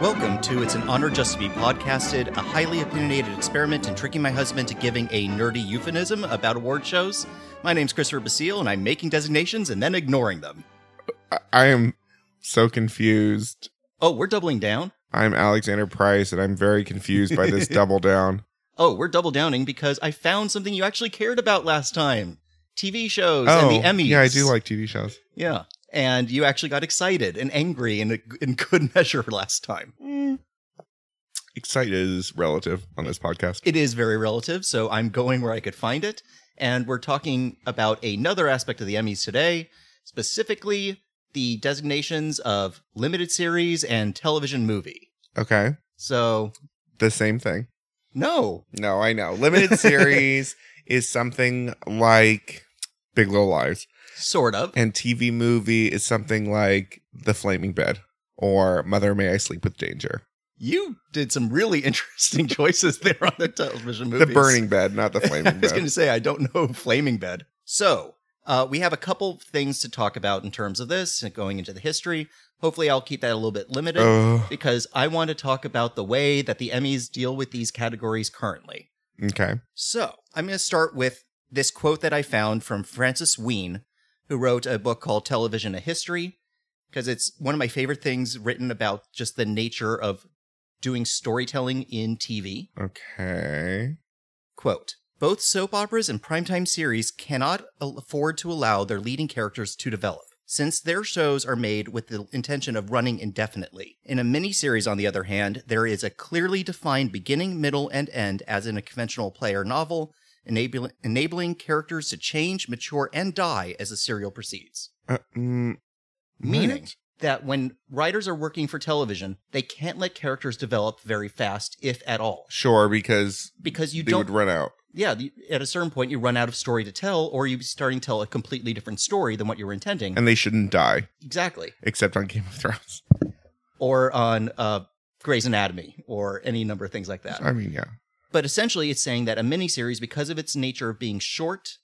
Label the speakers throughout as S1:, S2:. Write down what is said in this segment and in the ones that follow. S1: Welcome to It's an Honor Just to Be Podcasted, a highly opinionated experiment in tricking my husband to giving a nerdy euphemism about award shows. My name's Christopher Basile, and I'm making designations and then ignoring them.
S2: I- I am so confused.
S1: Oh, we're doubling down?
S2: I'm Alexander Price, and I'm very confused by this double down.
S1: Oh, we're double downing because I found something you actually cared about last time TV shows and the Emmys.
S2: Oh, yeah, I do like TV shows.
S1: Yeah. And you actually got excited and angry in, a, in good measure last time.
S2: Excited is relative on this podcast.
S1: It is very relative, so I'm going where I could find it. And we're talking about another aspect of the Emmys today, specifically the designations of limited series and television movie.
S2: Okay,
S1: So,
S2: the same thing.
S1: no.
S2: No, I know. Limited series is something like Big Little Lies,
S1: Sort of.
S2: and TV movie is something like The Flaming Bed or Mother May I Sleep with Danger.
S1: You did some really interesting choices there on the television movies.
S2: The Burning Bed, not The Flaming
S1: I was going to
S2: Bed.
S1: say I don't know Flaming Bed. So uh, we have a couple things to talk about in terms of this and going into the history. Hopefully, I'll keep that a little bit limited
S2: Oh,
S1: because I want to talk about the way that the Emmys deal with these categories currently.
S2: okay.
S1: So I'm going to start with this quote that I found from Francis Ween, who wrote a book called Television: A History, because it's one of my favorite things written about just the nature of doing storytelling in TV.
S2: Okay.
S1: Quote Both soap operas and primetime series cannot al- afford to allow their leading characters to develop, since their shows are made with the intention of running indefinitely. In a miniseries, on the other hand, there is a clearly defined beginning, middle, and end, as in a conventional play or novel, enable- enabling characters to change, mature, and die as the serial proceeds.
S2: Uh, mm,
S1: Meaning
S2: what?
S1: that when writers are working for television, they can't let characters develop very fast, if at all,
S2: Sure, because
S1: because you
S2: they
S1: don't
S2: would run out.
S1: yeah, the, at a certain point, you run out of story to tell, or you starting to tell a completely different story than what you were intending.
S2: and they shouldn't die
S1: exactly.
S2: except on Game of Thrones.
S1: Or on uh, Grey's Anatomy, or any number of things like that.
S2: I mean, yeah.
S1: But essentially, it's saying that a miniseries, because of its nature of being short,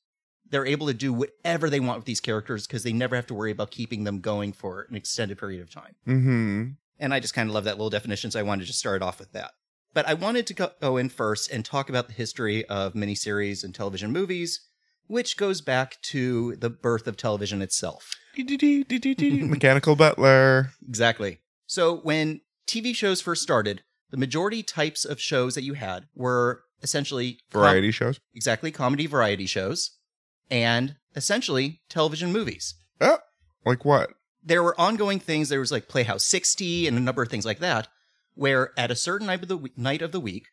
S1: they're able to do whatever they want with these characters because they never have to worry about keeping them going for an extended period of time.
S2: Mm-hmm.
S1: And I just kind of love that little definition, so I wanted to just start off with that. But I wanted to go- go in first and talk about the history of miniseries and television movies, which goes back to the birth of television itself.
S2: Mechanical Butler.
S1: Exactly. So when TV shows first started, the majority types of shows that you had were essentially com-
S2: Variety shows.
S1: exactly, comedy variety shows, and essentially television movies.
S2: Like what?
S1: there were ongoing things. There was like Playhouse 60 and a number of things like that, where at a certain night of the week, night of the week,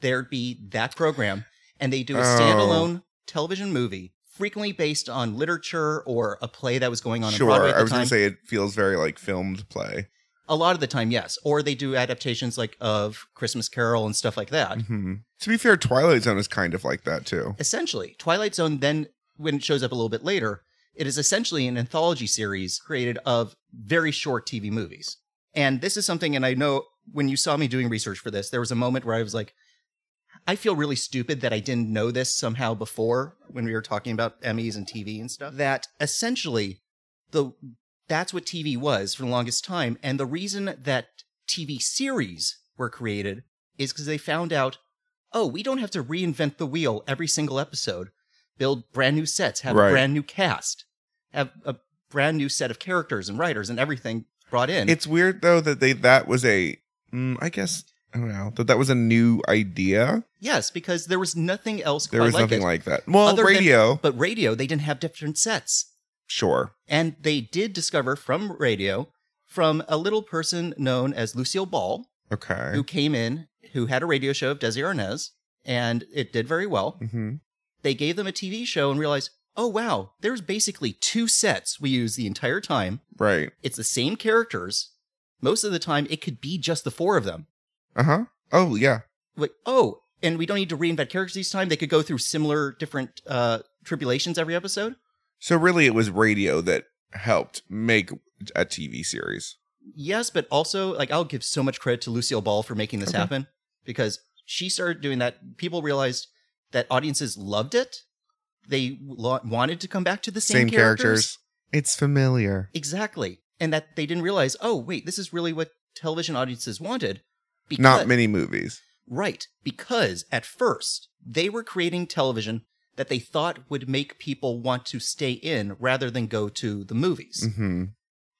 S1: there'd be that program, and they do a
S2: Oh.
S1: standalone television movie, frequently based on literature or a play that was going on in Broadway
S2: Sure.
S1: at
S2: I
S1: the
S2: was going
S1: time.
S2: to say it feels very like filmed play.
S1: a lot of the time, yes, or they do adaptations like of Christmas Carol and stuff like that.
S2: hmm To be fair, Twilight Zone is kind of like that too.
S1: Essentially, Twilight Zone. Then when it shows up a little bit later, it is essentially an anthology series created of very short TV movies. And this is something, and I know when you saw me doing research for this, there was a moment where I was like, I feel really stupid that I didn't know this somehow before when we were talking about Emmys and TV and stuff. That essentially, the that's what TV was for the longest time, and the reason that TV series were created is because they found out, oh, we don't have to reinvent the wheel every single episode, build brand new sets, have a
S2: Right.
S1: brand new cast, have a brand new set of characters and writers and everything brought in.
S2: It's weird though that they that was a mm, I guess I don't know that that was a new idea.
S1: yes, because there was nothing else
S2: There
S1: quite
S2: was
S1: like
S2: nothing
S1: it.
S2: like that. Well,
S1: Other than-
S2: radio.
S1: but radio, they didn't have different sets.
S2: sure.
S1: And they did discover from radio from a little person known as Lucille Ball,
S2: Okay.
S1: who came in, who had a radio show of Desi Arnaz, and it did very well.
S2: hmm
S1: They gave them a TV show and realized, oh, wow, there's basically two sets we use the entire time.
S2: Right.
S1: It's the same characters. Most of the time, it could be just the four of them.
S2: Uh huh. Oh yeah.
S1: Like, oh, and we don't need to reinvent characters each time. They could go through similar different uh, tribulations every episode.
S2: So really, it was radio that helped make a TV series.
S1: Yes, but also like I'll give so much credit to Lucille Ball for making this
S2: Okay.
S1: happen because she started doing that. People realized that audiences loved it. They lo- wanted to come back to the same, characters.
S2: It's familiar.
S1: exactly, and that they didn't realize. Oh, wait, this is really what television audiences wanted. Because,
S2: Not many movies.
S1: Right. Because at first, they were creating television that they thought would make people want to stay in rather than go to the movies.
S2: hmm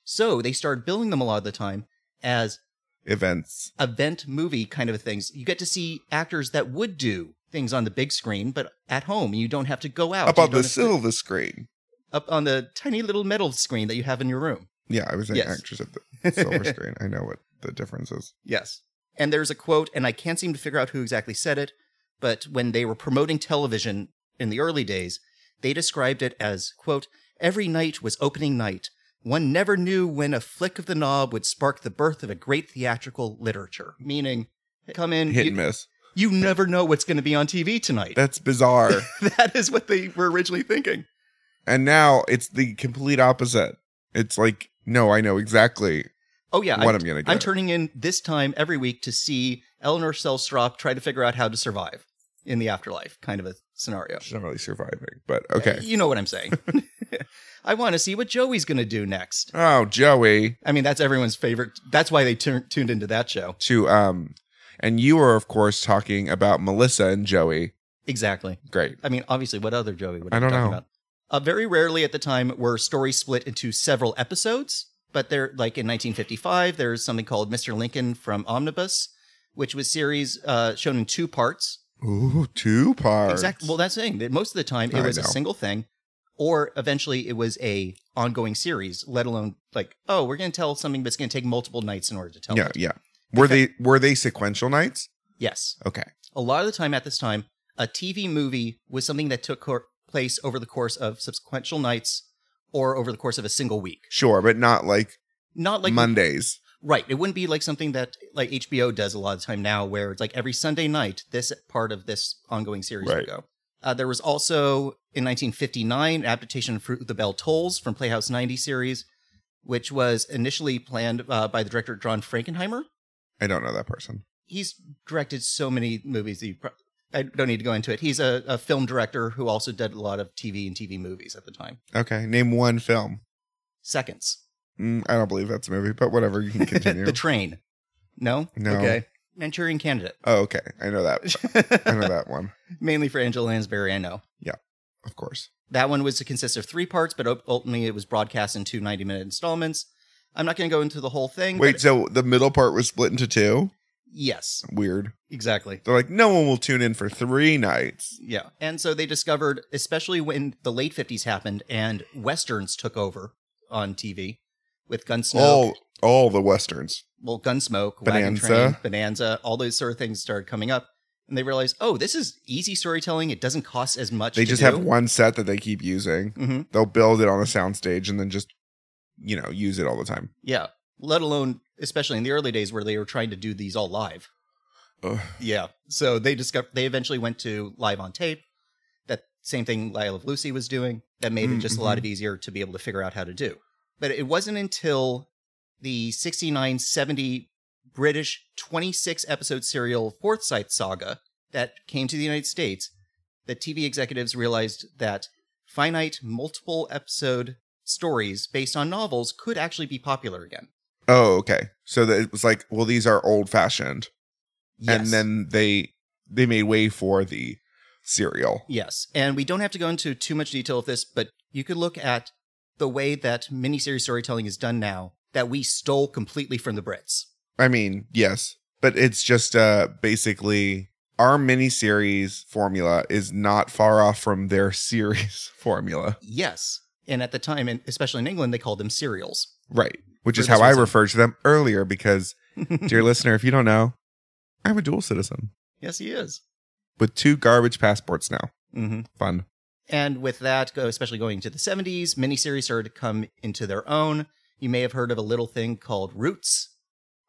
S1: So they started billing them a lot of the time as
S2: Events.
S1: event movie kind of things. You get to see actors that would do things on the big screen, but at home, you don't have to go out.
S2: Up on
S1: Oh, You don't
S2: the
S1: have to-
S2: silver screen.
S1: Up on the tiny little metal screen that you have in your room.
S2: Yeah, I was an
S1: Yes.
S2: actress at the silver screen. I know what the difference is.
S1: Yes. And there's a quote, and I can't seem to figure out who exactly said it, but when they were promoting television in the early days, they described it as, quote, every night was opening night. One never knew when a flick of the knob would spark the birth of a great theatrical literature. Meaning, come in,
S2: Hit and
S1: you,
S2: miss.
S1: you never know what's going to be on TV tonight.
S2: That's bizarre.
S1: that is what they were originally thinking.
S2: and now it's the complete opposite. It's like, no, I know exactly
S1: Oh, yeah.
S2: what
S1: I'm,
S2: I'm, gonna get.
S1: I'm turning in this time every week to see Eleanor Selstrop try to figure out how to survive in the afterlife, kind of a scenario.
S2: She's not really surviving, but okay.
S1: You know what I'm saying. I want to see what Joey's going to do next.
S2: Oh, Joey.
S1: I mean, that's everyone's favorite. That's why they tur- tuned into that show.
S2: To um and you were of course talking about Melissa and Joey.
S1: Exactly.
S2: Great.
S1: I mean, obviously, what other Joey would
S2: I
S1: I be
S2: don't
S1: talking
S2: know.
S1: about? Uh, very rarely at the time were stories split into several episodes, but they're like in 1955, there's something called Mr. Lincoln from Omnibus, which was series uh, shown in two parts.
S2: Ooh, two parts.
S1: Exactly. Well, that's the thing. That most of the time, it
S2: I
S1: was a
S2: know.
S1: single thing, or eventually it was a ongoing series. Let alone like, oh, we're going to tell something, but it's going to take multiple nights in order to tell
S2: yeah,
S1: it.
S2: yeah. Were they were they sequential nights?
S1: Yes,
S2: Okay.
S1: a lot of the time at this time, a TV movie was something that took cor- place over the course of sequential nights or over the course of a single week.
S2: Sure, but not like,
S1: Not like
S2: Mondays.
S1: right. It wouldn't be like something that like HBO does a lot of the time now, where it's like every Sunday night, this part of this ongoing series
S2: Right.
S1: would go. Uh, there was also in 1959 an adaptation of Fruit of the Bell Tolls from Playhouse 90 series, which was initially planned uh, by the director John Frankenheimer.
S2: I don't know that person.
S1: He's directed so many movies. That you pro- I don't need to go into it. He's a, a film director who also did a lot of TV and TV movies at the time.
S2: Okay. Name one film.
S1: Seconds,
S2: Mm, I don't believe that's a movie, but whatever. You can continue.
S1: The Train. No,
S2: No.
S1: Okay, Manchurian Candidate.
S2: oh, okay. I know that. I know that one.
S1: Mainly for Angela Lansbury, I know.
S2: Of course.
S1: That one was to consist of three parts, but ul- ultimately it was broadcast in two 90 minute installments. I'm not going to go into the whole thing.
S2: Wait,
S1: but-
S2: so the middle part was split into two?
S1: yes,
S2: Weird.
S1: exactly.
S2: They're like, no one will tune in for three nights.
S1: Yeah. And so they discovered, especially when the late 50s happened and Westerns took over on TV with Gunsmoke.
S2: All all the westerns.
S1: well, Gunsmoke, Wagon
S2: Oh. Bonanza.
S1: Train, Bonanza, all those sort of things started coming up. And they realized, oh, this is easy storytelling. It doesn't cost as much.
S2: They
S1: to
S2: just
S1: do.
S2: have one set that they keep using.
S1: Mhm.
S2: They'll build it on a soundstage and then just, you know, use it all the time.
S1: Yeah. Let alone, especially in the early days where they were trying to do these all live.
S2: Ugh.
S1: Yeah. So they discovered they eventually went to live on tape. That same thing Lyle of Lucy was doing. That made it
S2: Mm,
S1: just
S2: mm-hmm.
S1: a lot of easier to be able to figure out how to do. But it wasn't until the 69 70 British 26 episode serial Forsyth Saga that came to the United States that TV executives realized that finite multiple episode stories based on novels could actually be popular again.
S2: Oh, okay. So that it was like, well, these are old fashioned. And
S1: Yes.
S2: then they they made way for the serial.
S1: Yes. And we don't have to go into too much detail of this, but you could look at the way that miniseries storytelling is done now that we stole completely from the Brits.
S2: I mean, yes, but it's just uh basically our miniseries formula is not far off from their series formula,
S1: Yes. And at the time, and especially in England, they called them serials.
S2: right? Which
S1: For
S2: is
S1: this
S2: how I
S1: reason.
S2: referred to them earlier. Because, dear listener, if you don't know, I'm a dual citizen
S1: yes, he is.
S2: with two garbage passports now.
S1: Mm-hmm.
S2: Fun.
S1: And with that, go- especially going into the 70s, miniseries started to come into their own. You may have heard of a little thing called Roots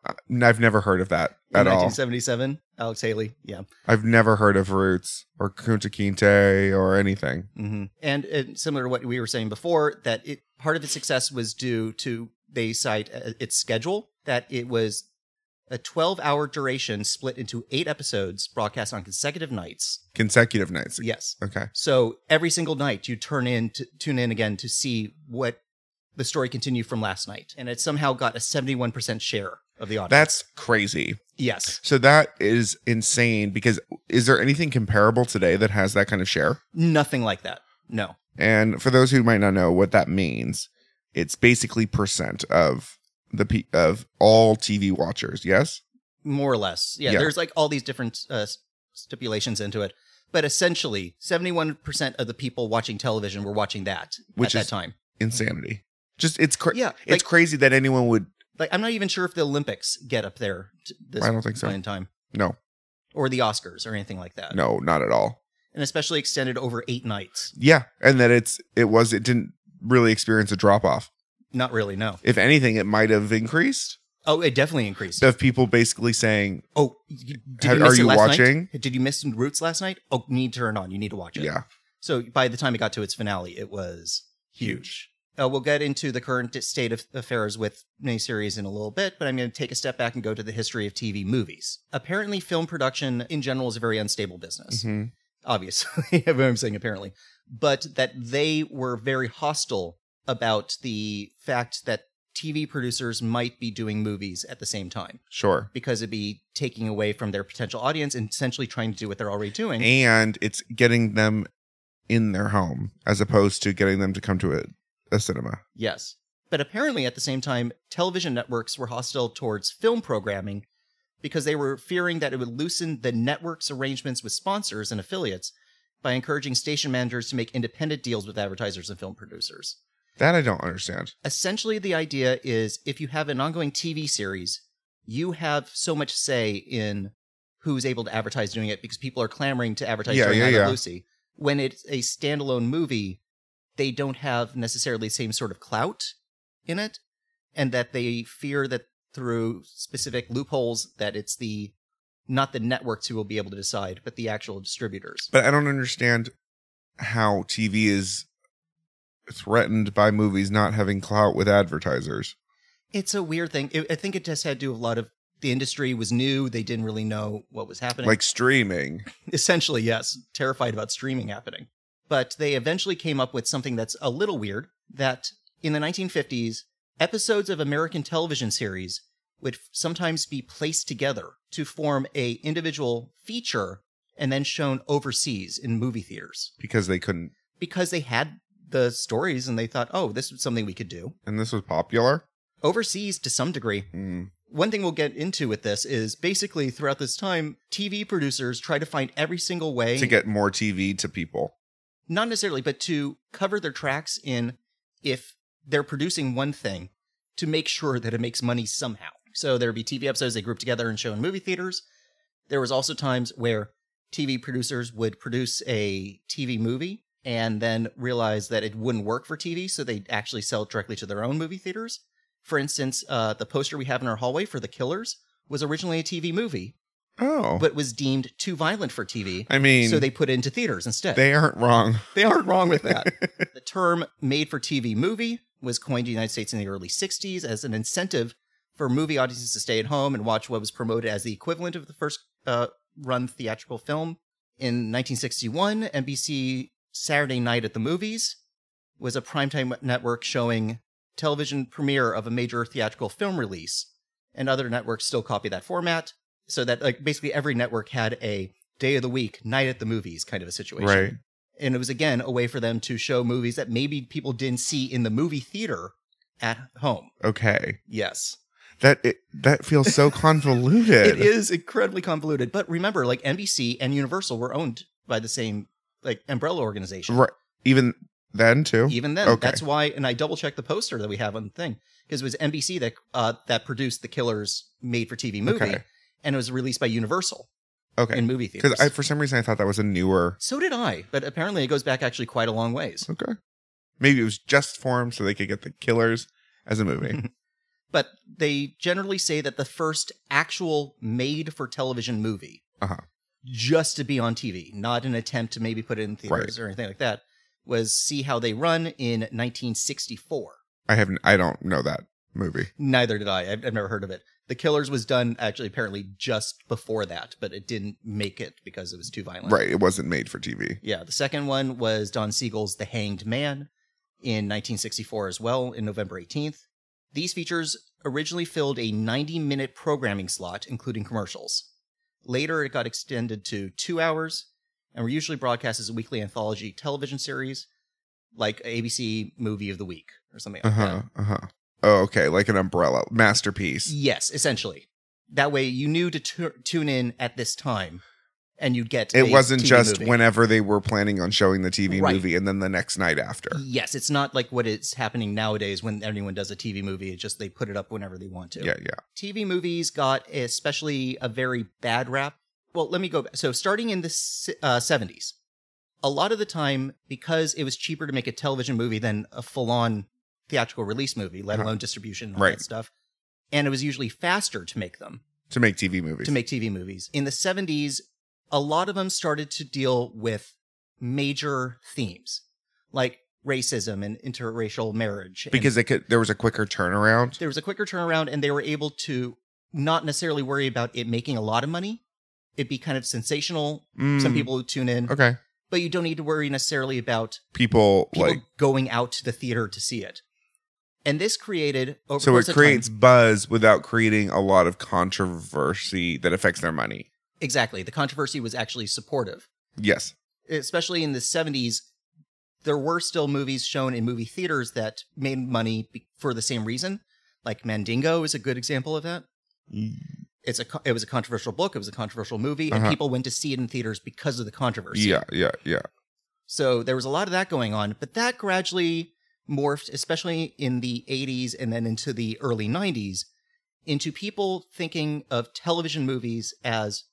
S2: Uh, I've never heard of that
S1: in
S2: at all.
S1: 1977. Alex Haley. Yeah.
S2: I've never heard of Roots or Kunta Kinte or anything.
S1: hmm And, uh, similar to what we were saying before, that it, part of its success was due to they cite uh, its schedule that it was a 12-hour duration split into eight episodes broadcast on consecutive nights.
S2: Consecutive nights.
S1: Yes.
S2: Okay.
S1: So every single night you turn in to tune in again to see what the story continued from last night, and it somehow got a 71% share of the audience.
S2: That's crazy.
S1: yes.
S2: So that is insane because is there anything comparable today that has that kind of share?
S1: Nothing like that. No.
S2: And for those who might not know what that means, it's basically percent of the pe- of all TV watchers. Yes,
S1: More or less. Yeah,
S2: Yeah.
S1: There's like all these different uh, stipulations into it. But essentially, 71% of the people watching television were watching that
S2: Which
S1: at
S2: is
S1: that time.
S2: insanity. Just it's cra-
S1: Yeah. Like,
S2: it's crazy that anyone would.
S1: like, I'm not even sure if the Olympics get up there t- this
S2: I don't think so.
S1: point in time
S2: No,
S1: or the Oscars or anything like that.
S2: no, not at all.
S1: And especially extended over eight nights.
S2: Yeah, and that it's it was it didn't really experience a drop off.
S1: Not really, no.
S2: If anything, it might have increased
S1: Oh, it definitely increased.
S2: of people basically saying,
S1: Oh, y- did
S2: Have-
S1: you miss
S2: are
S1: it
S2: you
S1: last
S2: watching?
S1: Night? Did you miss Roots last night? Oh, need to turn it on. You need to watch it.
S2: "Yeah,
S1: So by the time it got to its finale, it was huge. Uh, we'll get into the current state of affairs with miniseries in a little bit, but I'm going to take a step back and go to the history of TV movies. Apparently, film production in general is a very unstable business
S2: mhm,
S1: obviously, I'm saying apparently, but that they were very hostile about the fact that TV producers might be doing movies at the same time
S2: sure."
S1: because it'd be taking away from their potential audience and essentially trying to do what they're already doing.
S2: and it's getting them in their home as opposed to getting them to come to a, a cinema.
S1: Yes. But apparently, at the same time, television networks were hostile towards film programming because they were fearing that it would loosen the network's arrangements with sponsors and affiliates by encouraging station managers to make independent deals with advertisers and film producers.
S2: That I don't understand.
S1: essentially the idea is if you have an ongoing TV series, you have so much say in who's able to advertise doing it because people are clamoring to advertise
S2: Yeah,
S1: during
S2: yeah,
S1: High
S2: yeah.
S1: Lucy. When it's a standalone movie, they don't have necessarily the same sort of clout in it, and that they fear that through specific loopholes that it's the not the networks who will be able to decide, but the actual distributors.
S2: But I don't understand how TV is threatened by movies not having clout with advertisers.
S1: It's a weird thing. It, I think it just had to do with a lot of the industry was new. They didn't really know what was happening.
S2: Like streaming.
S1: essentially, yes, terrified about streaming happening. But they eventually came up with something that's a little weird that in the 1950s, episodes of American television series would f- sometimes be placed together to form a individual feature and then shown overseas in movie theaters
S2: Because they couldn't
S1: because they had the stories and they thought, "Oh, this is something we could do."
S2: and this was popular.
S1: Overseas to some degree,
S2: Mm.
S1: one thing we'll get into with this is basically throughout this time, TV producers try to find every single way
S2: To get more TV to people.
S1: not necessarily, but to cover their tracks in if they're producing one thing to make sure that it makes money somehow. So there'd be TV episodes they grouped together and show in movie theaters. There was also times where TV producers would produce a TV movie and then realize that it wouldn't work for TV, so they'd actually sell it directly to their own movie theaters. For instance, uh, the poster we have in our hallway for The Killers was originally a TV movie,
S2: Oh.
S1: but was deemed too violent for TV,
S2: I mean
S1: so
S2: they,
S1: they put it into theaters instead
S2: aren't wrong.
S1: they aren't wrong with that. the term made for TV movie was coined in the United States in the early 60s as an incentive for movie audiences to stay at home and watch what was promoted as the equivalent of the first uh, run theatrical film. In 1961, NBC Saturday Night at the Movies was a primetime network showing television premiere of a major theatrical film release, and other networks still copy that format. So that like basically every network had a day of the week, night at the movies kind of a situation
S2: Right.
S1: and it was again a way for them to show movies that maybe people didn't see in the movie theater at home.
S2: Okay.
S1: Yes.
S2: That it, that feels so convoluted.
S1: It is incredibly convoluted, but remember like NBC and Universal were owned by the same like umbrella organization.
S2: Right. Even then too.
S1: Even then,
S2: Okay.
S1: that's why and I double checked the poster that we have on the thing because it was NBC that uh, that produced the Killers made for TV movie
S2: Okay.
S1: and it was released by Universal
S2: Okay.
S1: in movie theaters.
S2: Because I, for some reason, I thought that was a newer.
S1: so did I, but apparently it goes back actually quite a long ways.
S2: Okay. Maybe it was just for 'em so they could get the killers as a movie.
S1: but they generally say that the first actual made for television movie,
S2: Uh-huh.
S1: just to be on TV, not an attempt to maybe put it in theaters or anything like that, was See How They Run in 1964.
S2: I haven't. I don't know that movie.
S1: Neither did I. I've, I've never heard of it. The Killers was done actually apparently just before that, but it didn't make it because it was too violent.
S2: Right. It wasn't made for TV.
S1: Yeah. The second one was Don Siegel's The Hanged Man in 1964 as well, in November 18th. These features originally filled a 90 minute programming slot, including commercials. Later, it got extended to two hours and were usually broadcast as a weekly anthology television series, like ABC Movie of the Week or something
S2: Uh
S1: like
S2: huh.
S1: that.
S2: Uh huh. Oh, okay. Like an umbrella masterpiece.
S1: Yes, essentially. That way, you knew to tu- tune in at this time and you'd get
S2: It
S1: a
S2: wasn't
S1: TV
S2: just
S1: movie.
S2: whenever they were planning on showing the TV
S1: Right.
S2: movie and then the next night after.
S1: Yes, it's not like what is happening nowadays when anyone does a TV movie. It's just they put it up whenever they want to.
S2: Yeah, yeah.
S1: TV movies got especially a very bad rap. Well, let me go back. So, starting in the s- uh, 70s, a lot of the time, because it was cheaper to make a television movie than a full on theatrical release movie, let
S2: Uh-huh.
S1: alone distribution and all
S2: Right.
S1: that stuff, and it was usually faster to make them,
S2: To make TV movies.
S1: to make TV movies. In the 70s, a lot of them started to deal with major themes like racism and interracial marriage. and-
S2: because it could there was a quicker turnaround.
S1: there was a quicker turnaround and they were able to not necessarily worry about it making a lot of money. It'd be kind of sensational. Some
S2: Mm,
S1: people would tune in,
S2: Okay.
S1: but you don't need to worry necessarily about
S2: People,
S1: people
S2: like
S1: going out to the theater to see it. And this created over the
S2: so
S1: course
S2: it
S1: of
S2: creates
S1: time,
S2: buzz without creating a lot of controversy that affects their money.
S1: exactly the controversy was actually supportive,
S2: Yes.
S1: especially in the seventies. There were still movies shown in movie theaters that made money be- for the same reason. Like Mandingo is a good example of that. it's a co- it was a controversial book it was a controversial movie and
S2: Uh-huh.
S1: people went to see it in theaters because of the controversy
S2: Yeah, yeah, yeah.
S1: so there was a lot of that going on but that gradually morphed especially in the 80s and then into the early 90s into people thinking of television movies as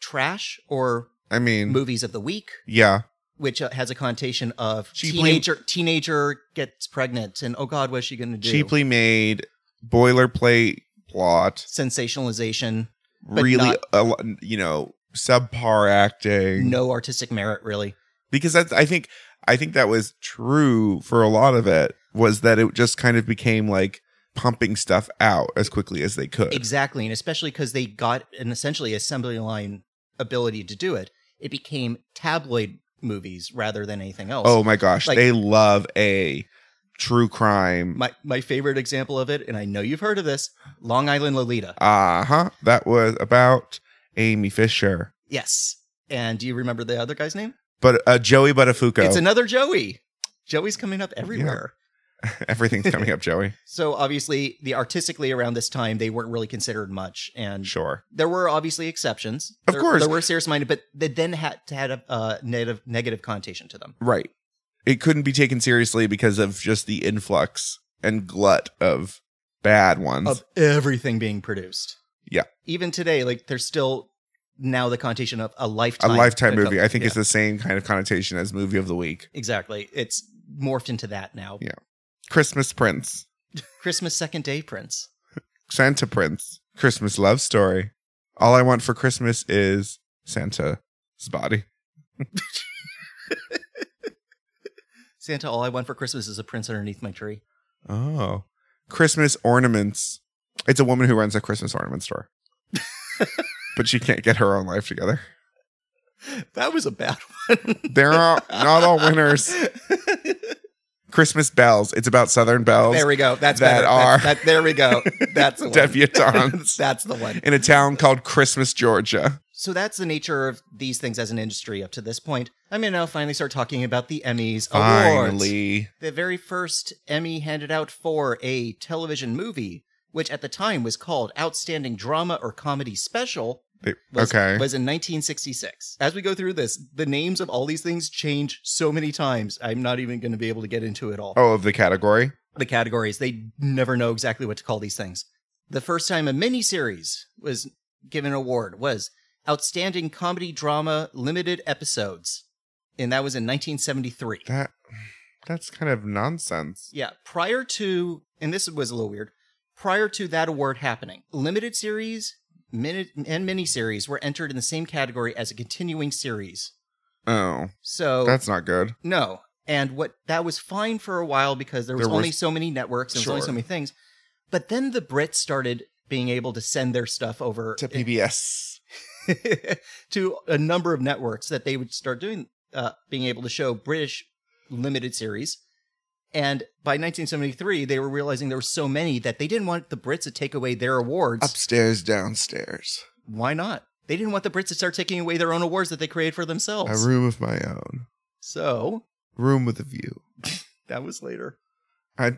S1: trash or
S2: I mean,
S1: movies of the week
S2: yeah.
S1: which uh, has a connotation of
S2: Cheaply-
S1: teenager teenager gets pregnant and oh god what's she going to do
S2: Cheaply made boilerplate plot,
S1: sensationalization But
S2: really
S1: not-
S2: a lo- you know, subpar acting.
S1: no artistic merit really
S2: because that's I think I think that was true for a lot of it was that it just kind of became like pumping stuff out as quickly as they could.
S1: Exactly, and especially because they got an essentially assembly line ability to do it, it became tabloid movies rather than anything else.
S2: Oh my gosh,
S1: Like-
S2: they love a true crime.
S1: my my favorite example of it, and I know you've heard of this, Long Island Lolita.
S2: Uh huh. That was about Amy Fisher,
S1: yes, and do you remember the other guy's name?
S2: but uh, Joey Buttafuoco.
S1: It's another Joey. Joey's coming up everywhere.
S2: Everything's coming up, Joey.
S1: So obviously, the artistically around this time, they weren't really considered much, and
S2: Sure.
S1: there were obviously exceptions.
S2: Of
S1: There-
S2: course.
S1: there were serious-minded, but they then had to had a uh, negative negative connotation to them.
S2: Right. It couldn't be taken seriously because of just the influx and glut of bad ones.
S1: of everything being produced.
S2: Mm. Yeah.
S1: Even today, like there's still now the connotation of a
S2: a
S1: lifetime.
S2: lifetime
S1: that
S2: movie.
S1: comes-
S2: I think
S1: yeah,
S2: it's the same kind of connotation as movie of the week.
S1: exactly. It's morphed into that now.
S2: Yeah. Christmas Prince,
S1: Christmas second day prints.
S2: Santa Prince, Christmas love story. All I want for Christmas is Santa's body.
S1: Santa, all I want for Christmas is a prince underneath my tree.
S2: Oh. Christmas ornaments. It's a woman who runs a Christmas ornament store. but she can't get her own life together.
S1: That was a bad one.
S2: There are not all winners. Christmas bells. It's about Southern bells.
S1: there we go. That's
S2: That
S1: better.
S2: are-
S1: That's- that, there we go. That's the one.
S2: Debutantes.
S1: that's the one.
S2: in a town called Christmas, Georgia.
S1: So that's the nature of these things as an industry up to this point. I'm gonna now finally start talking about the Emmys awards.
S2: Finally.
S1: the very first Emmy handed out for a television movie, which at the time was called Outstanding Drama or Comedy Special,
S2: It-
S1: was,
S2: okay.
S1: was in 1966. As we go through this, the names of all these things change so many times. I'm not even going to be able to get into it all.
S2: oh, of the category.
S1: The categories, they never know exactly what to call these things. The first time a miniseries was given an award was Outstanding Comedy Drama Limited Episodes, and that was in 1973.
S2: That that's kind of nonsense.
S1: Yeah, prior to, and this was a little weird, prior to that award happening, limited series mini- and miniseries were entered in the same category as a continuing series.
S2: Oh,
S1: So,
S2: that's not good.
S1: no. And what that was fine for a while because there was
S2: There was-
S1: only so many networks and there was only
S2: Sure.
S1: so many things. But then the Brits started being able to send their stuff over
S2: To PBS.
S1: to a number of networks that they would start doing uh, being able to show British limited series And by 1973, they were realizing there were so many that they didn't want the Brits to take away their awards.
S2: Upstairs, downstairs,
S1: Why not? They didn't want the Brits to start taking away their own awards that they created for
S2: a
S1: themselves.
S2: room of my own,
S1: so
S2: room with a view.
S1: that was later.
S2: I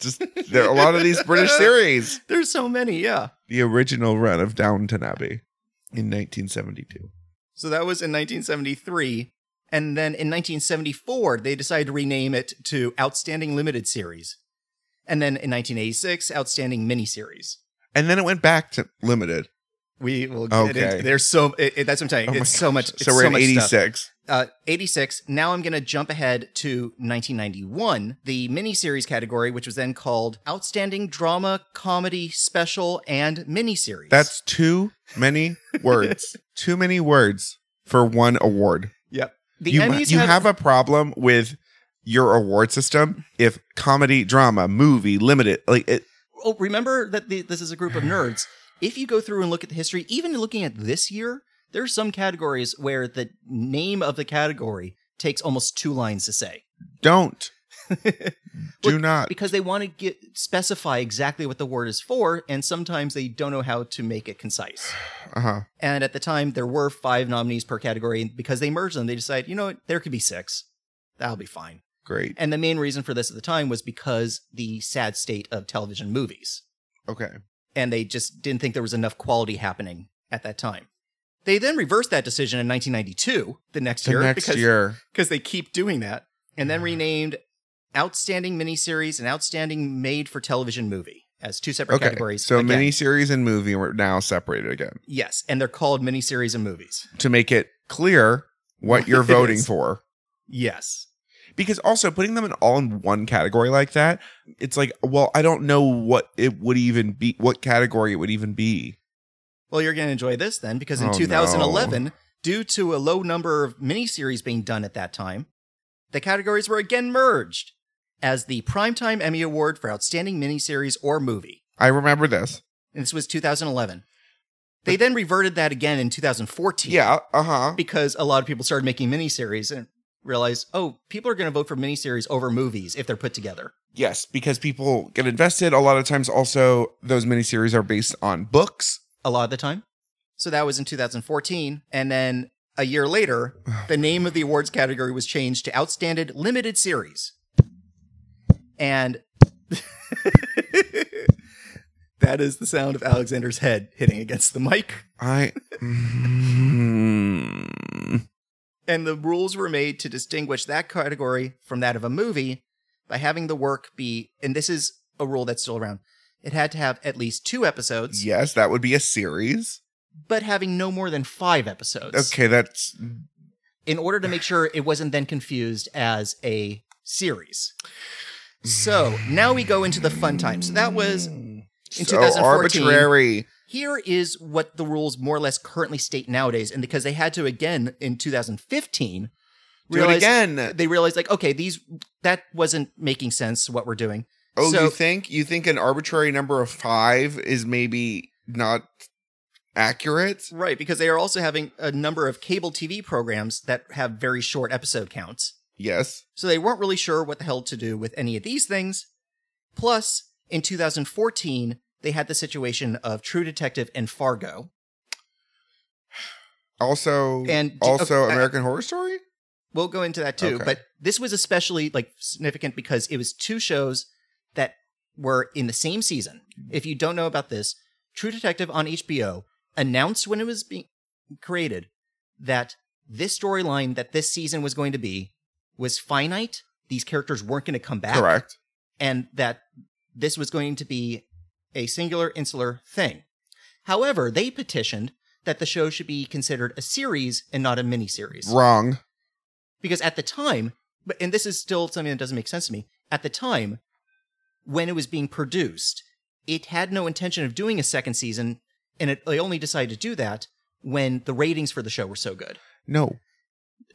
S2: just there are a lot of these British series.
S1: There's so many, yeah.
S2: The original run of Downton Abbey in 1972.
S1: So that was in 1973. And then in 1974, they decided to rename it to Outstanding Limited Series. And then in 1986, Outstanding Miniseries.
S2: And then it went back to limited.
S1: We will get
S2: Okay.
S1: into there's so it, it- that's what I'm saying.
S2: Oh my
S1: it's so
S2: gosh.
S1: much. It's
S2: so we're in
S1: much stuff.
S2: 86.
S1: uh, 86. Now I'm going to jump ahead to 1991, the miniseries category, which was then called Outstanding Drama, Comedy, Special, and Miniseries.
S2: That's too many words. too many words for one award.
S1: the
S2: you
S1: Emmys
S2: you
S1: have-
S2: have a problem with your award system if comedy, drama, movie, limited, like it,
S1: oh, remember that the, this is a group of nerds. If you go through and look at the history, even looking at this year, there are some categories where the name of the category takes almost two lines to say
S2: don't. Do not.
S1: because they want to get specify exactly what the word is for, and sometimes they don't know how to make it concise.
S2: Uh-huh.
S1: And at the time, there were five nominees per category. And because they merged them, they decided, you know what, there could be six. That'll be fine.
S2: Great.
S1: And the main reason for this at the time was because the sad state of television movies.
S2: Okay.
S1: And they just didn't think there was enough quality happening at that time. They then reversed that decision in 1992, the next
S2: The
S1: year,
S2: next
S1: because
S2: year.
S1: because they keep doing that, and then renamed Outstanding Miniseries and Outstanding Made for Television Movie as two separate
S2: Okay.
S1: categories.
S2: So
S1: again.
S2: miniseries and movie were now separated again
S1: Yes, and they're called miniseries and movies.
S2: to make it clear what you're
S1: Yes.
S2: voting for.
S1: Yes.
S2: because also putting them in all in one category like that it's like well i don't know what it would even be what category it would even be
S1: Well, you're going to enjoy this then, because in
S2: Oh, no.
S1: 2011, due to a low number of miniseries being done at that time, the categories were again merged as the Primetime Emmy Award for Outstanding Miniseries or Movie.
S2: i remember this
S1: And this was 2011. They then reverted that again in 2014.
S2: yeah uh-huh
S1: Because a lot of people started making miniseries and realized, oh, people are going to vote for miniseries over movies if they're put together.
S2: yes because people get invested a lot of times also those miniseries are based on books
S1: a lot of the time. So that was in 2014. And then a year later, the name of the awards category was changed to Outstanding Limited Series. And that is the sound of Alexander's head hitting against the mic.
S2: i Mm.
S1: And the rules were made to distinguish that category from that of a movie by having the work be, and this is a rule that's still around, it had to have at least two episodes,
S2: yes that would be a series
S1: but having no more than five episodes.
S2: okay that's
S1: in order to make sure it wasn't then confused as a series. So now we go into the fun time. So that was
S2: Hmm. so
S1: 2014.
S2: arbitrary
S1: here is what the rules more or less currently state nowadays, and because they had to again in 2015
S2: do it
S1: realize-
S2: again
S1: they realized like okay these that wasn't making sense what we're doing.
S2: Oh,
S1: So-
S2: you think you think an arbitrary number of five is maybe not accurate?
S1: Right, because they are also having a number of cable TV programs that have very short episode counts.
S2: Yes.
S1: So they weren't really sure what the hell to do with any of these things. Plus, in 2014, they had the situation of True Detective and Fargo.
S2: Also,
S1: And
S2: also
S1: okay, I-
S2: American Horror Story.
S1: we'll go into that too,
S2: Okay.
S1: but this was especially like significant because it was two shows that were in the same season.
S2: Mm-hmm.
S1: If you don't know about this, True Detective on HBO announced when it was being created that this storyline that this season was going to be was finite. These characters weren't going to come back.
S2: Correct.
S1: and that this was going to be a singular insular thing. However, they petitioned that the show should be considered a series and not a miniseries.
S2: Wrong.
S1: Because at the time, but and this is still something that doesn't make sense to me, at the time when it was being produced, it had no intention of doing a second season, and it, they only decided to do that when the ratings for the show were so good.
S2: No.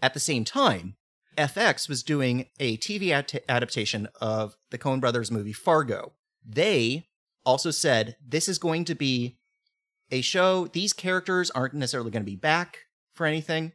S1: At the same time, FX was doing a TV ad- adaptation of the Coen brothers movie Fargo. They also said this is going to be a show. These characters aren't necessarily going to be back for anything,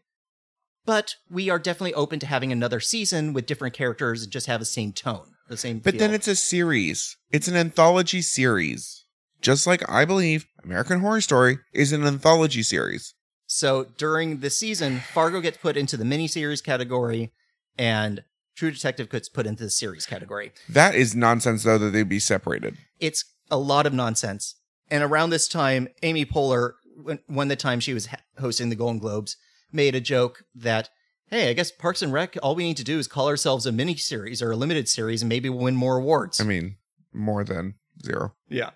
S1: but we are definitely open to having another season with different characters and just have the same tone. the same.
S2: But then
S1: feel.
S2: it's a series. It's an anthology series. Just like I believe American Horror Story is an anthology series.
S1: so during the season, Fargo gets put into the miniseries category, and True Detective gets put into the series category.
S2: That is nonsense though that they'd be separated.
S1: It's a lot of nonsense. And around this time, Amy Poehler, when, when the time she was ha- hosting the Golden Globes, made a joke that, hey, I guess Parks and Rec, all we need to do is call ourselves a miniseries or a limited series, and maybe we'll win more awards.
S2: I mean, more than zero.
S1: Yeah.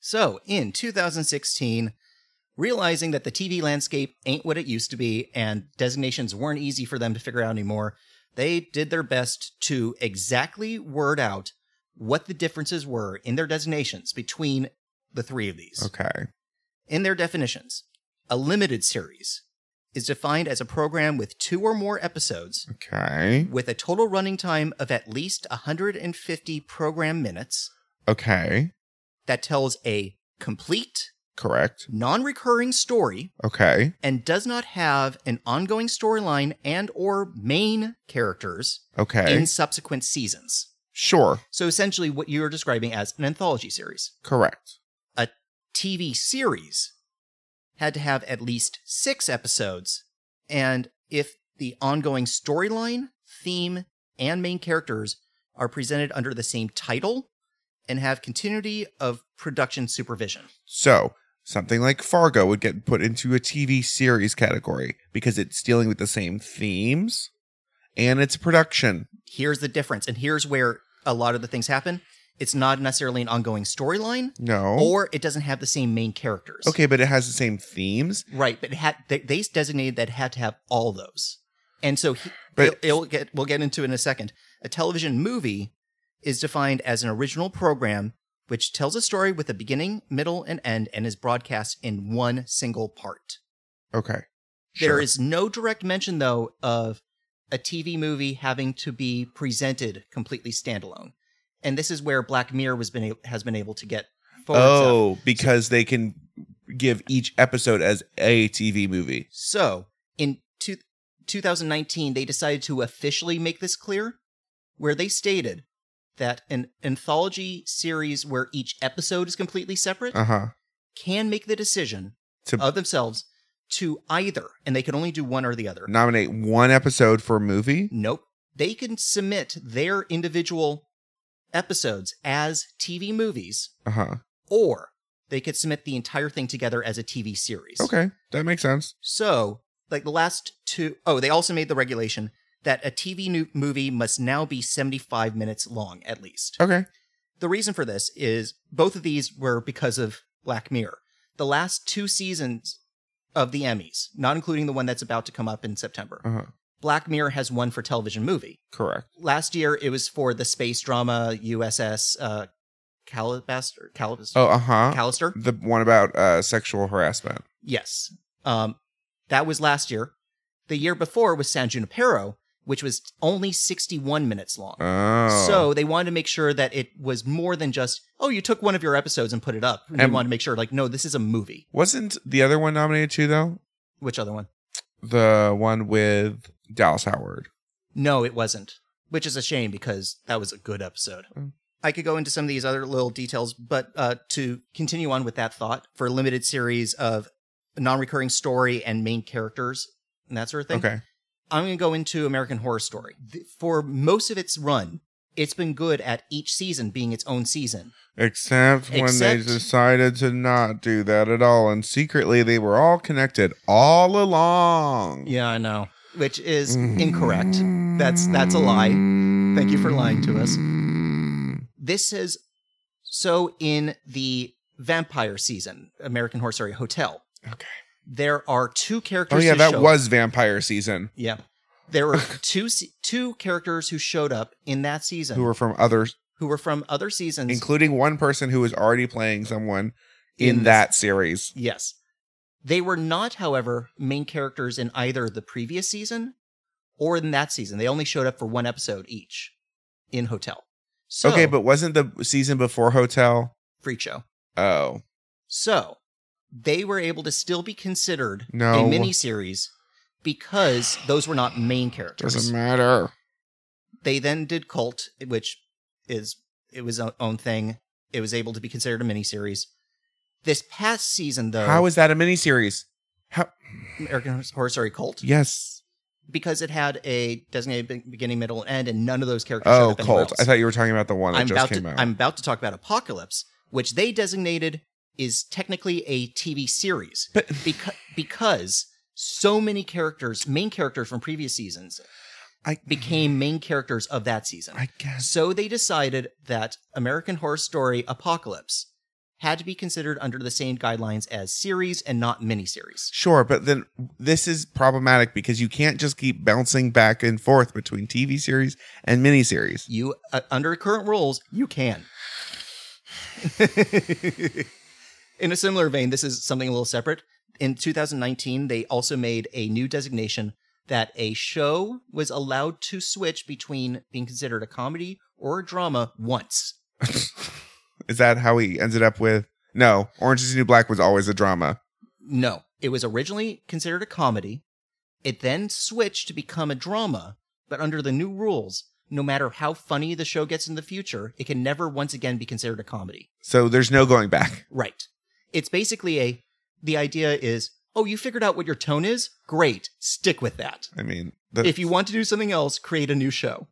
S1: So in 2016, realizing that the TV landscape ain't what it used to be and designations weren't easy for them to figure out anymore, they did their best to exactly word out what the differences were in their designations between the three of these.
S2: Okay.
S1: In their definitions, a limited series is defined as a program with two or more episodes
S2: Okay.
S1: with a total running time of at least 150 program minutes
S2: Okay.
S1: that tells a complete
S2: Correct.
S1: non recurring story
S2: Okay.
S1: and does not have an ongoing storyline and or main characters
S2: Okay.
S1: in subsequent seasons
S2: sure.
S1: so essentially what you're describing as an anthology series
S2: Correct.
S1: tv series had to have at least six episodes and if the ongoing storyline theme and main characters are presented under the same title and have continuity of production supervision
S2: So, something like Fargo would get put into a TV series category because it's dealing with the same themes and its production.
S1: here's the difference and here's where a lot of the things happen it's not necessarily an ongoing storyline
S2: No.
S1: or it doesn't have the same main characters
S2: Oh. okay, but it has the same themes.
S1: right but it had they, they designated that it had to have all those and so he,
S2: But-
S1: it, will get we'll get into it in a second a television movie is defined as an original program which tells a story with a beginning middle and end and is broadcast in one single part
S2: Okay.
S1: there is no direct mention though of a TV movie having to be presented completely standalone, and this is where Black Mirror was been a- has been able to get forward. stuff.
S2: Oh, because they can give each episode as a TV movie.
S1: so in two, 2019 they decided to officially make this clear, where they stated that an anthology series where each episode is completely separate
S2: Uh huh.
S1: can make the decision
S2: To-
S1: of themselves to either, and they can only do one or the other.
S2: Nominate one episode for a movie.
S1: Nope. They can submit their individual episodes as TV movies,
S2: Uh huh.
S1: or they could submit the entire thing together as a TV series.
S2: Okay, that makes sense.
S1: So, like the last two, oh, they also made the regulation that a TV new movie must now be 75 minutes long at least.
S2: Okay.
S1: The reason for this is both of these were because of Black Mirror. The last two seasons of the Emmys, not including the one that's about to come up in September,
S2: Uh huh.
S1: Black Mirror has one for television movie
S2: Correct.
S1: last year it was for the space drama USS uh Calabaster Calabaster
S2: Oh, uh huh.
S1: Callister.
S2: The one about uh, sexual harassment.
S1: Yes. Um that was last year. The year before was San Junipero, which was only 61 minutes long.
S2: Oh.
S1: So they wanted to make sure that it was more than just, oh, you took one of your episodes and put it up. And they
S2: And-
S1: wanted to make sure, like, no, this is a movie.
S2: wasn't the other one nominated too though?
S1: Which other one?
S2: The one with Dallas Howard.
S1: No, it wasn't. Which is a shame because that was a good episode.
S2: Mm.
S1: I could go into some of these other little details, but uh, to continue on with that thought, for a limited series of non recurring story and main characters and that sort of thing,
S2: Okay.
S1: I'm going to go into American Horror Story. Th- For most of its run, it's been good at each season being its own season.
S2: Except when they
S1: Except-
S2: decided to not do that at all, and secretly they were all connected all along. Mm-hmm.
S1: Yeah, I know. Which is incorrect. That's that's a lie. Thank you for lying to us. This is so in the vampire season, American Horror Story Hotel.
S2: Okay.
S1: There are two
S2: Oh
S1: characters.
S2: yeah,
S1: who
S2: that
S1: show
S2: was vampire season.
S1: Yeah, there were two se- two characters who showed up in that season
S2: Who were from others,
S1: who were from other seasons.
S2: including one person who was already playing someone in,
S1: this-
S2: that series.
S1: Yes, they were not, however, main characters in either the previous season or in that season. They only showed up for one episode each in Hotel. So,
S2: okay, but wasn't the season before Hotel?
S1: freak show.
S2: Oh
S1: So they were able to still be considered
S2: no,
S1: a miniseries because those were not main characters.
S2: doesn't matter.
S1: They then did Cult, which is it was its own thing. It was able to be considered a miniseries. This past season, though,
S2: How is that a miniseries? How?
S1: American Horror Story Cult
S2: Yes.
S1: because it had a designated be- beginning, middle, and end, and none of those characters. showed
S2: Oh,
S1: up anywhere
S2: cult.
S1: else.
S2: I thought you were talking about the one that
S1: I'm
S2: just
S1: about
S2: came
S1: to
S2: out.
S1: I'm about to talk about Apocalypse, which they designated is technically a TV series
S2: But-
S1: because because so many characters, main characters from previous seasons,
S2: I
S1: became main characters of that season.
S2: Mm-hmm. I guess.
S1: So they decided that American Horror Story Apocalypse had to be considered under the same guidelines as series and not miniseries.
S2: Sure, but then this is problematic because you can't just keep bouncing back and forth between TV series and miniseries.
S1: You uh, under current rules, you can. In a similar vein, this is something a little separate. In 2019, they also made a new designation that a show was allowed to switch between being considered a comedy or a drama once.
S2: Is that how he ended up with? No, Orange is the New Black was always a drama.
S1: No, it was originally considered a comedy. It then switched to become a drama, but under the new rules, no matter how funny the show gets in the future, it can never once again be considered a comedy.
S2: So there's no going back.
S1: Right. It's basically a the idea is, oh, you figured out what your tone is? Great. Stick with that.
S2: I mean, the,
S1: If you want to do something else, create a new show.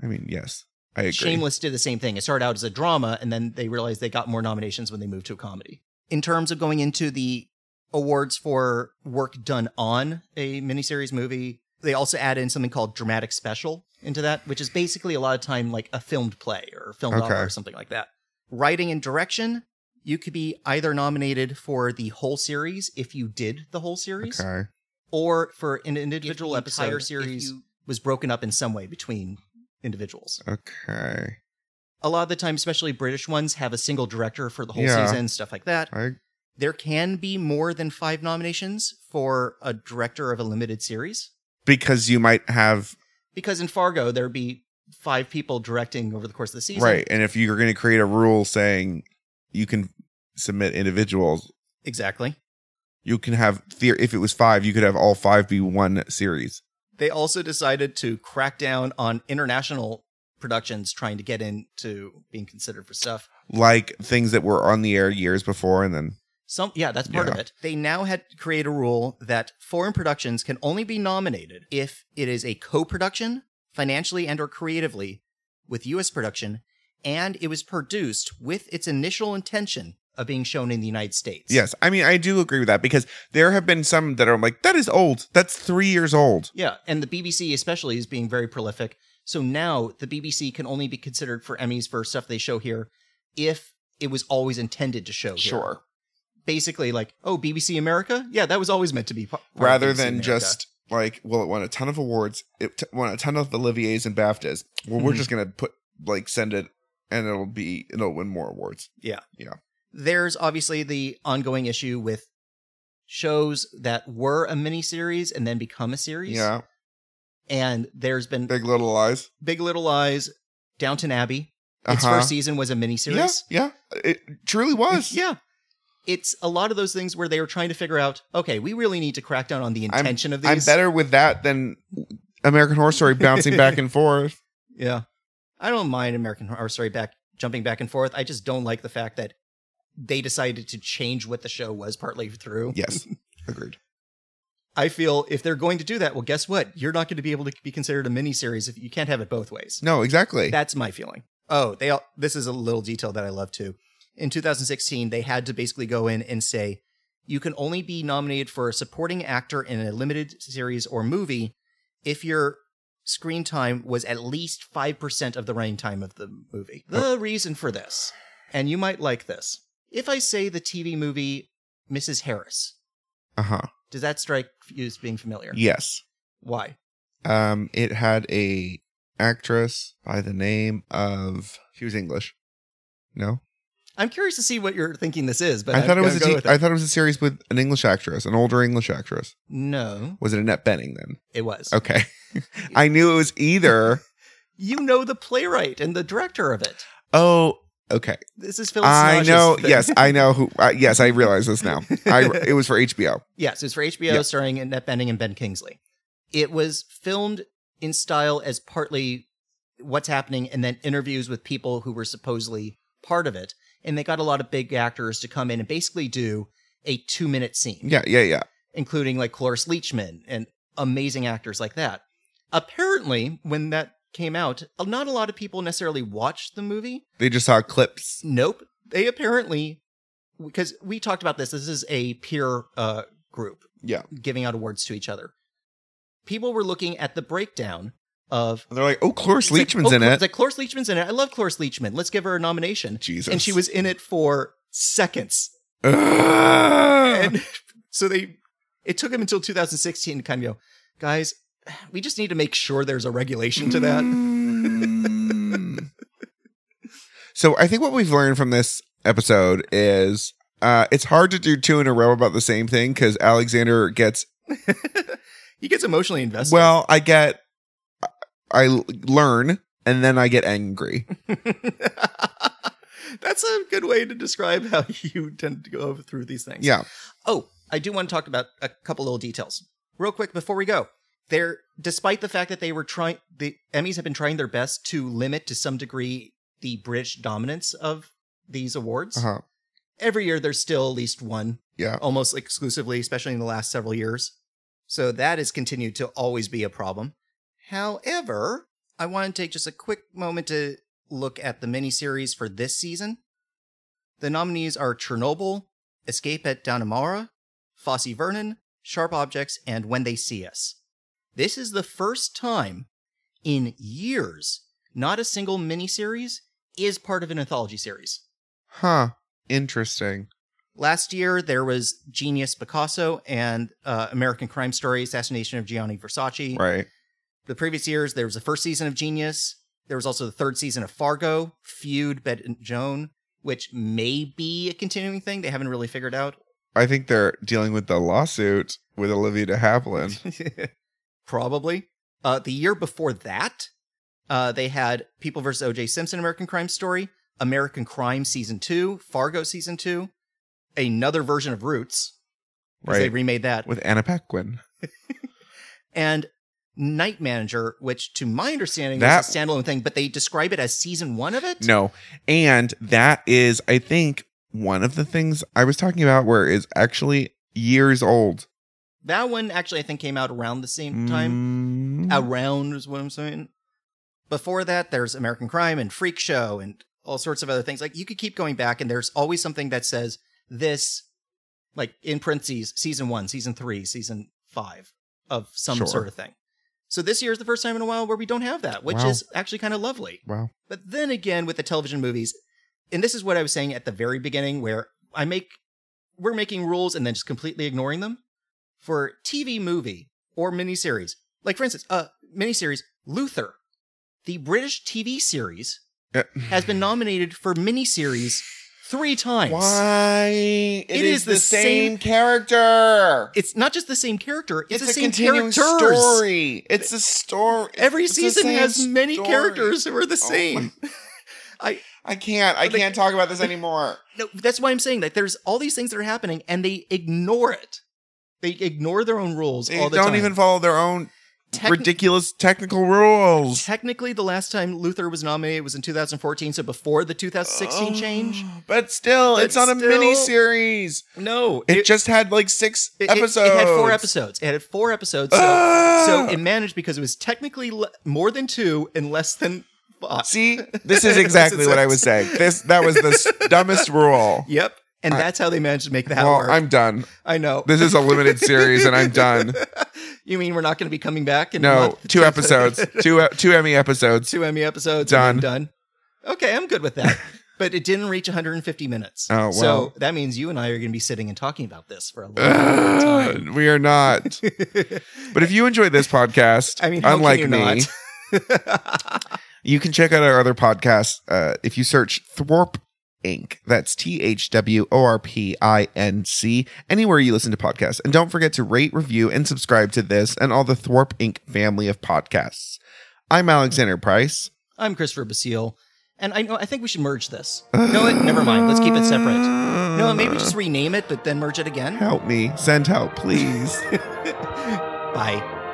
S2: I mean, yes, I agree.
S1: Shameless did the same thing. It started out as a drama, and then they realized they got more nominations when they moved to a comedy. In terms of going into the awards for work done on a miniseries movie, they also add in something called dramatic special into that, which is basically a lot of time like a filmed play or a film
S2: Okay.
S1: opera or something like that. Writing and direction, you could be either nominated for the whole series if you did the whole series,
S2: Okay.
S1: or for an
S3: If the
S1: individual episode
S3: entire
S1: if
S3: series.
S1: you- was broken up in some way between individuals
S2: Okay.
S1: a lot of the time, especially British ones, have a single director for the whole
S2: Yeah.
S1: season, stuff like that.
S2: I
S1: There can be more than five nominations for a director of a limited series
S2: because you might have
S1: because in Fargo, there'd be five people directing over the course of the season.
S2: right, and if you're going to create a rule saying you can submit individuals,
S1: Exactly.
S2: you can have the- if it was five, you could have all five be one series.
S1: They also decided to crack down on international productions trying to get into being considered for stuff.
S2: like things that were on the air years before and then
S1: Some yeah, that's part of
S2: Yeah.
S1: it. They now had to create a rule that foreign productions can only be nominated if it is a co-production, financially and or creatively, with US production, and it was produced with its initial intention of being shown in the United States.
S2: yes i mean i do agree with that because there have been some that are like that is old that's three years old
S1: Yeah, and the BBC especially is being very prolific. So now the BBC can only be considered for Emmys for stuff they show here if it was always intended to show here. Basically like, oh, BBC America? Yeah, that was always meant to be pa- part of
S2: rather
S1: BBC
S2: than
S1: America.
S2: just like well it won a ton of awards it t- won a ton of oliviers and baftas well we're
S1: Mhm.
S2: just gonna put like send it and it'll be it'll win more awards
S1: there's obviously the ongoing issue with shows that were a miniseries and then become a series.
S2: yeah
S1: And there's been Big,
S2: big little lies
S1: Little Lies, Downton Abbey. Its
S2: Uh-huh.
S1: first season was a
S2: yeah
S1: miniseries.
S2: yeah it truly was
S1: Yeah. It's a lot of those things where they were trying to figure out, okay, we really need to crack down on the
S2: I'm-
S1: intention of
S2: i'm
S1: these.
S2: better with that than american horror story bouncing back and forth
S1: Yeah. I don't mind American Horror Story back jumping back and forth. I just don't like the fact that they decided to change what the show was partly through.
S2: yes agreed
S1: I feel if they're going to do that, well, guess what? You're not going to be able to be considered a miniseries if you can't have it both ways.
S2: no exactly
S1: That's my feeling. Oh, they all, this is a little detail that I love too. In 2016, they had to basically go in and say you can only be nominated for a supporting actor in a limited series or movie if your screen time was at least 5% of the running time of the movie. The reason for this, and you might like this. If I say the TV movie Mrs. Harris,
S2: uh-huh
S1: does that strike you as being familiar?
S2: yes
S1: Why?
S2: Um, it had a actress by the name of she was English. No,
S1: I'm curious to see what you're thinking this is, but
S2: I thought it was a
S1: go
S2: t-
S1: with it.
S2: I thought it was a series with an English actress, an older English actress.
S1: no,
S2: Was it Annette Benning then?
S1: it was.
S2: Okay, I knew it was either.
S1: You know the playwright and the director of it.
S2: oh, okay,
S1: This is Phyllis.
S2: I
S1: Nosh's
S2: know.
S1: thing.
S2: Yes, I know who. Uh, yes, I realize this now. I it was for HBO.
S1: yes, it's for HBO,
S2: Yeah.
S1: starring Annette Benning and Ben Kingsley. It was filmed in style as partly what's happening and then interviews with people who were supposedly part of it. And they got a lot of big actors to come in and basically do a two minute scene,
S2: Yeah, yeah, yeah.
S1: including like Cloris Leachman and amazing actors like that. Apparently, when that came out, not a lot of people necessarily watched the movie.
S2: They just saw clips.
S1: Nope. They apparently, because we talked about this, this is a peer uh, group.
S2: Yeah.
S1: Giving out awards to each other. People were looking at the breakdown of.
S2: And they're like, oh, Cloris
S1: It's like,
S2: Leachman's
S1: oh,
S2: in
S1: Cla-
S2: it.
S1: It's like, Cloris Leachman's in it. I love Cloris Leachman. Let's give her a nomination.
S2: Jesus.
S1: And she was in it for seconds.
S2: Ugh.
S1: And so they, it took him until 2016 to kind of go, guys, we just need to make sure there's a regulation to that.
S2: Mm. so I think what we've learned from this episode is uh, it's hard to do two in a row about the same thing because Alexander gets,
S1: He gets emotionally invested.
S2: well, I get, I- I learn, and then I get angry.
S1: That's a good way to describe how you tend to go through these things.
S2: Yeah.
S1: Oh, I do want to talk about a couple little details real quick before we go. There, despite the fact that they were trying, the Emmys have been trying their best to limit to some degree the British dominance of these awards.
S2: Uh-huh.
S1: Every year, there's still at least one,
S2: Yeah.
S1: almost exclusively, especially in the last several years. So that has continued to always be a problem. However, I want to take just a quick moment to look at the miniseries for this season. The nominees are Chernobyl, Escape at Dannemora, Fosse Vernon, Sharp Objects, and When They See Us. This is the first time in years not a single miniseries is part of an anthology series.
S2: Huh. Interesting.
S1: Last year, there was Genius Picasso and uh, American Crime Story Assassination of Gianni Versace.
S2: Right.
S1: The previous years, there was the first season of Genius. There was also the third season of Fargo, Feud, Bed and Joan, which may be a continuing thing. They haven't really figured out.
S2: I think they're dealing with the lawsuit with Olivia de Havilland.
S1: Probably. Uh, the year before that, uh, they had People vs. O.J. Simpson American Crime Story, American Crime Season 2, Fargo Season 2, another version of Roots. 'cause They
S2: Right.
S1: remade that.
S2: With Anna Paquin.
S1: and Night Manager, which to my understanding
S2: That-
S1: is a standalone thing, but they describe it as season one of it.
S2: No. And that is, I think, one of the things I was talking about where is actually years old.
S1: That one actually I think came out around the
S2: Mm.
S1: same time.
S2: Time.
S1: Around is what I'm saying. Before that, there's American Crime and Freak Show and all sorts of other things. Like you could keep going back, and there's always something that says this, like in parentheses, season one, season three, season five of some
S2: Sure.
S1: sort of thing. So this year is the first time in a while where we don't have that, which
S2: Wow.
S1: is actually kind of lovely.
S2: wow.
S1: But then again, with the television movies, and this is what I was saying at the very beginning, where I make we're making rules and then just completely ignoring them for TV movie or miniseries. Like for instance, uh, miniseries Luther, the British TV series,
S2: Uh,
S1: has been nominated for miniseries three times.
S2: Why?
S1: It is the same-
S2: character.
S1: It's not just the same character; it's, the
S2: a
S1: same
S2: continuing
S1: characters.
S2: story. It's a story.
S1: Every
S2: It's the
S1: season
S2: same
S1: has many
S2: story.
S1: characters who are the
S2: Oh
S1: same.
S2: my-
S1: I-
S2: I can't. I
S1: They-
S2: can't talk about this anymore.
S1: no, that's why I'm saying that there's all these things that are happening and they ignore it. They ignore their own rules
S2: They
S1: all the
S2: don't
S1: time.
S2: even follow their own
S1: Techni-
S2: ridiculous technical rules.
S1: Technically, the last time Luther was nominated was in 2014, so before the 2016
S2: Oh.
S1: change.
S2: Um, But still,
S1: But
S2: it's not a
S1: still-
S2: mini series.
S1: No,
S2: It, just had like six
S1: it- it-
S2: episodes.
S1: It, had four episodes. It had four episodes. So, so
S2: Ah!
S1: it managed because it was technically le- more than two and less than five.
S2: See, this
S1: This
S2: is
S1: is
S2: exactly what I
S1: it.
S2: was saying. This that was the s- dumbest rule.
S1: Yep, and
S2: I-
S1: that's how they managed to make that
S2: Well,
S1: work.
S2: I'm done.
S1: I know.
S2: This is a limited series, and I'm done.
S1: you mean we're not going to be coming back? In a
S2: No,
S1: month?
S2: two episodes, two e- two Emmy episodes.
S1: two Emmy episodes.
S2: Done.
S1: and then Done. Okay, I'm good with that. but it didn't reach 150 minutes.
S2: Oh, well.
S1: So that means you and I are going to be sitting and talking about this for a long
S2: Ugh,
S1: time.
S2: we are not. But if you enjoy this podcast,
S1: I mean, how
S2: unlike
S1: can
S2: me,
S1: you
S2: you can check out our other podcasts uh, if you search Thwarp Inc. That's T H W O R P I N C, anywhere you listen to podcasts. And don't forget to rate, review, and subscribe to this and all the Thwarp Inc. family of podcasts. I'm Alexander Price.
S1: I'm Christopher Basile, and I know I think we should merge this. You know what? Never mind. Let's keep it separate. No, maybe just rename it, but then merge it again.
S2: Help me. Send help, please.
S1: Bye.